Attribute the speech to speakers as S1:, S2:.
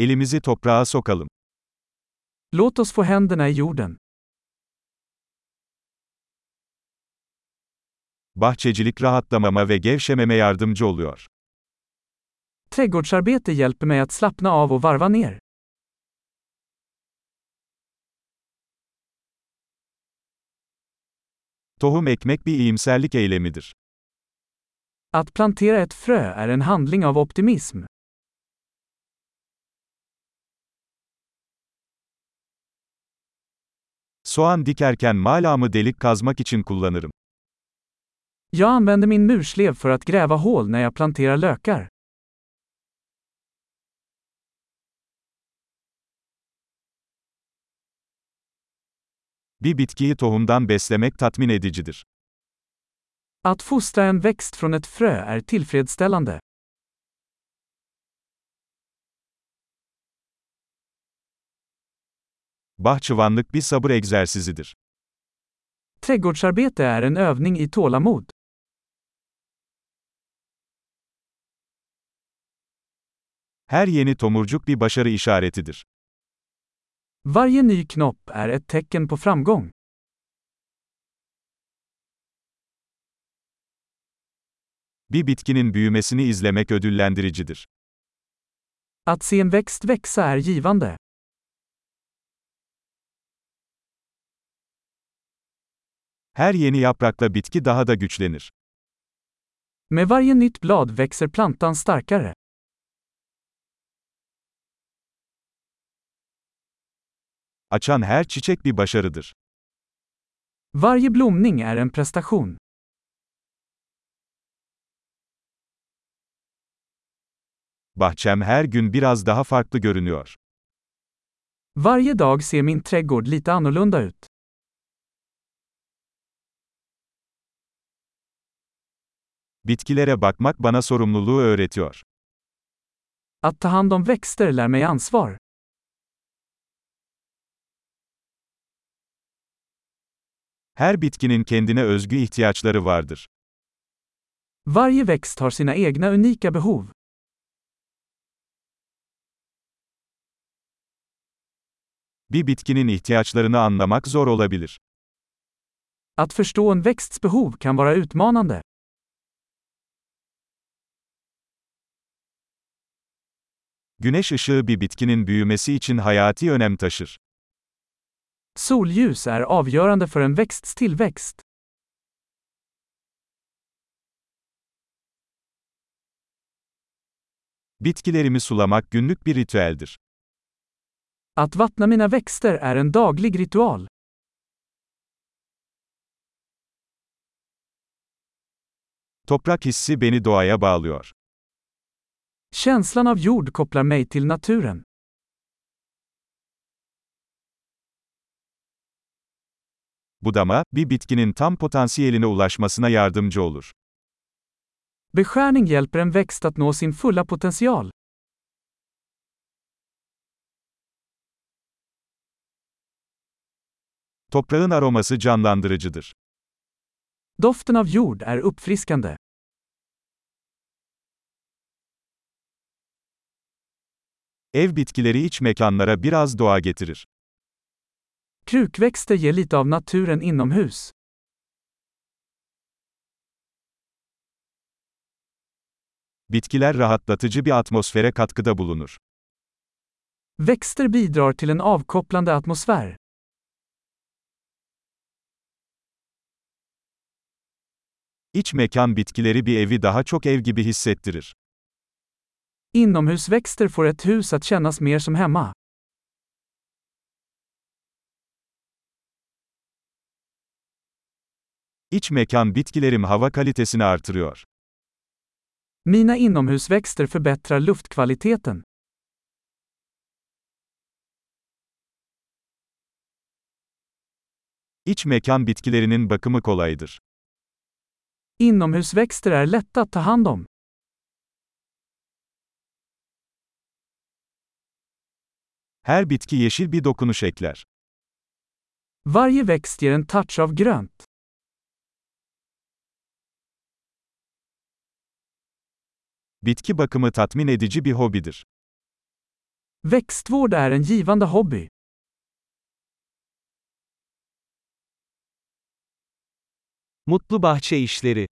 S1: Elimizi toprağa sokalım.
S2: Låt oss få händerna i jorden.
S1: Bahçecilik rahatlamama ve gevşememe yardımcı oluyor.
S2: Trädgårdsarbete hjälper mig att slappna av och varva ner.
S1: Tohum ekmek bir iyimserlik eylemidir.
S2: Att plantera ett frö är en handling av optimism.
S1: Soğan dikerken malamı delik kazmak için kullanırım.
S2: Jag använder min murslev för att gräva hål när jag planterar lökar.
S1: Bir bitkiyi tohumdan beslemek tatmin edicidir.
S2: Att fostra en växt från ett frö är tillfredsställande.
S1: Bahçıvanlık bir sabır egzersizidir.
S2: Trädgårdsarbete är en övning i tålamod.
S1: Her yeni tomurcuk bir başarı işaretidir.
S2: Varje ny knopp är ett tecken på framgång.
S1: Bir bitkinin büyümesini izlemek ödüllendiricidir.
S2: Att se en växt växa är givande.
S1: Her yeni yaprakla bitki daha da güçlenir.
S2: Med varje nytt blad växer plantan starkare.
S1: Açan her çiçek bir başarıdır.
S2: Varje blomning är en prestation.
S1: Bahçem her gün biraz daha farklı görünüyor.
S2: Varje dag ser min trädgård lite annorlunda ut.
S1: Bitkilere bakmak bana sorumluluğu öğretiyor.
S2: Att ta hand om växter lär mig ansvar.
S1: Her bitkinin kendine özgü ihtiyaçları vardır.
S2: Varje växt har sina egna unika behov.
S1: Bir bitkinin ihtiyaçlarını anlamak zor olabilir.
S2: Att förstå en växts behov kan vara utmanande.
S1: Güneş ışığı bir bitkinin büyümesi için hayati önem taşır.
S2: Solljus är avgörande för en växts tillväxt.
S1: Bitkilerimi sulamak günlük bir ritüeldir.
S2: Att vattna mina växter är en daglig ritual.
S1: Toprak hissi beni doğaya bağlıyor.
S2: Känslan av jord kopplar mig till naturen.
S1: Budama, bir bitkinin tam potansiyeline ulaşmasına yardımcı olur.
S2: Beskärning hjälper en växt att nå sin fulla potential.
S1: Toprağın aroması canlandırıcıdır.
S2: Doften av jord är uppfriskande.
S1: Ev bitkileri iç mekanlara biraz doğa getirir.
S2: Krukväxter ger lite av naturen inomhus.
S1: Bitkiler rahatlatıcı bir atmosfere katkıda bulunur.
S2: Växter bidrar till en avkopplande atmosfär.
S1: İç mekan bitkileri bir evi daha çok ev gibi hissettirir.
S2: Inomhusväxter får ett hus att kännas mer som hemma.
S1: İç mekan bitkilerim hava kalitesini artırıyor.
S2: Mina inomhusväxter förbättrar luftkvaliteten.
S1: İç mekan bitkilerinin bakımı kolaydır.
S2: Inomhusväxter är lätta att ta hand om.
S1: Her bitki yeşil bir dokunuş ekler.
S2: Varje växt ger en touch av grönt.
S1: Bitki bakımı tatmin edici bir hobidir.
S2: Växtvård är en givande hobby.
S1: Mutlu bahçe işleri.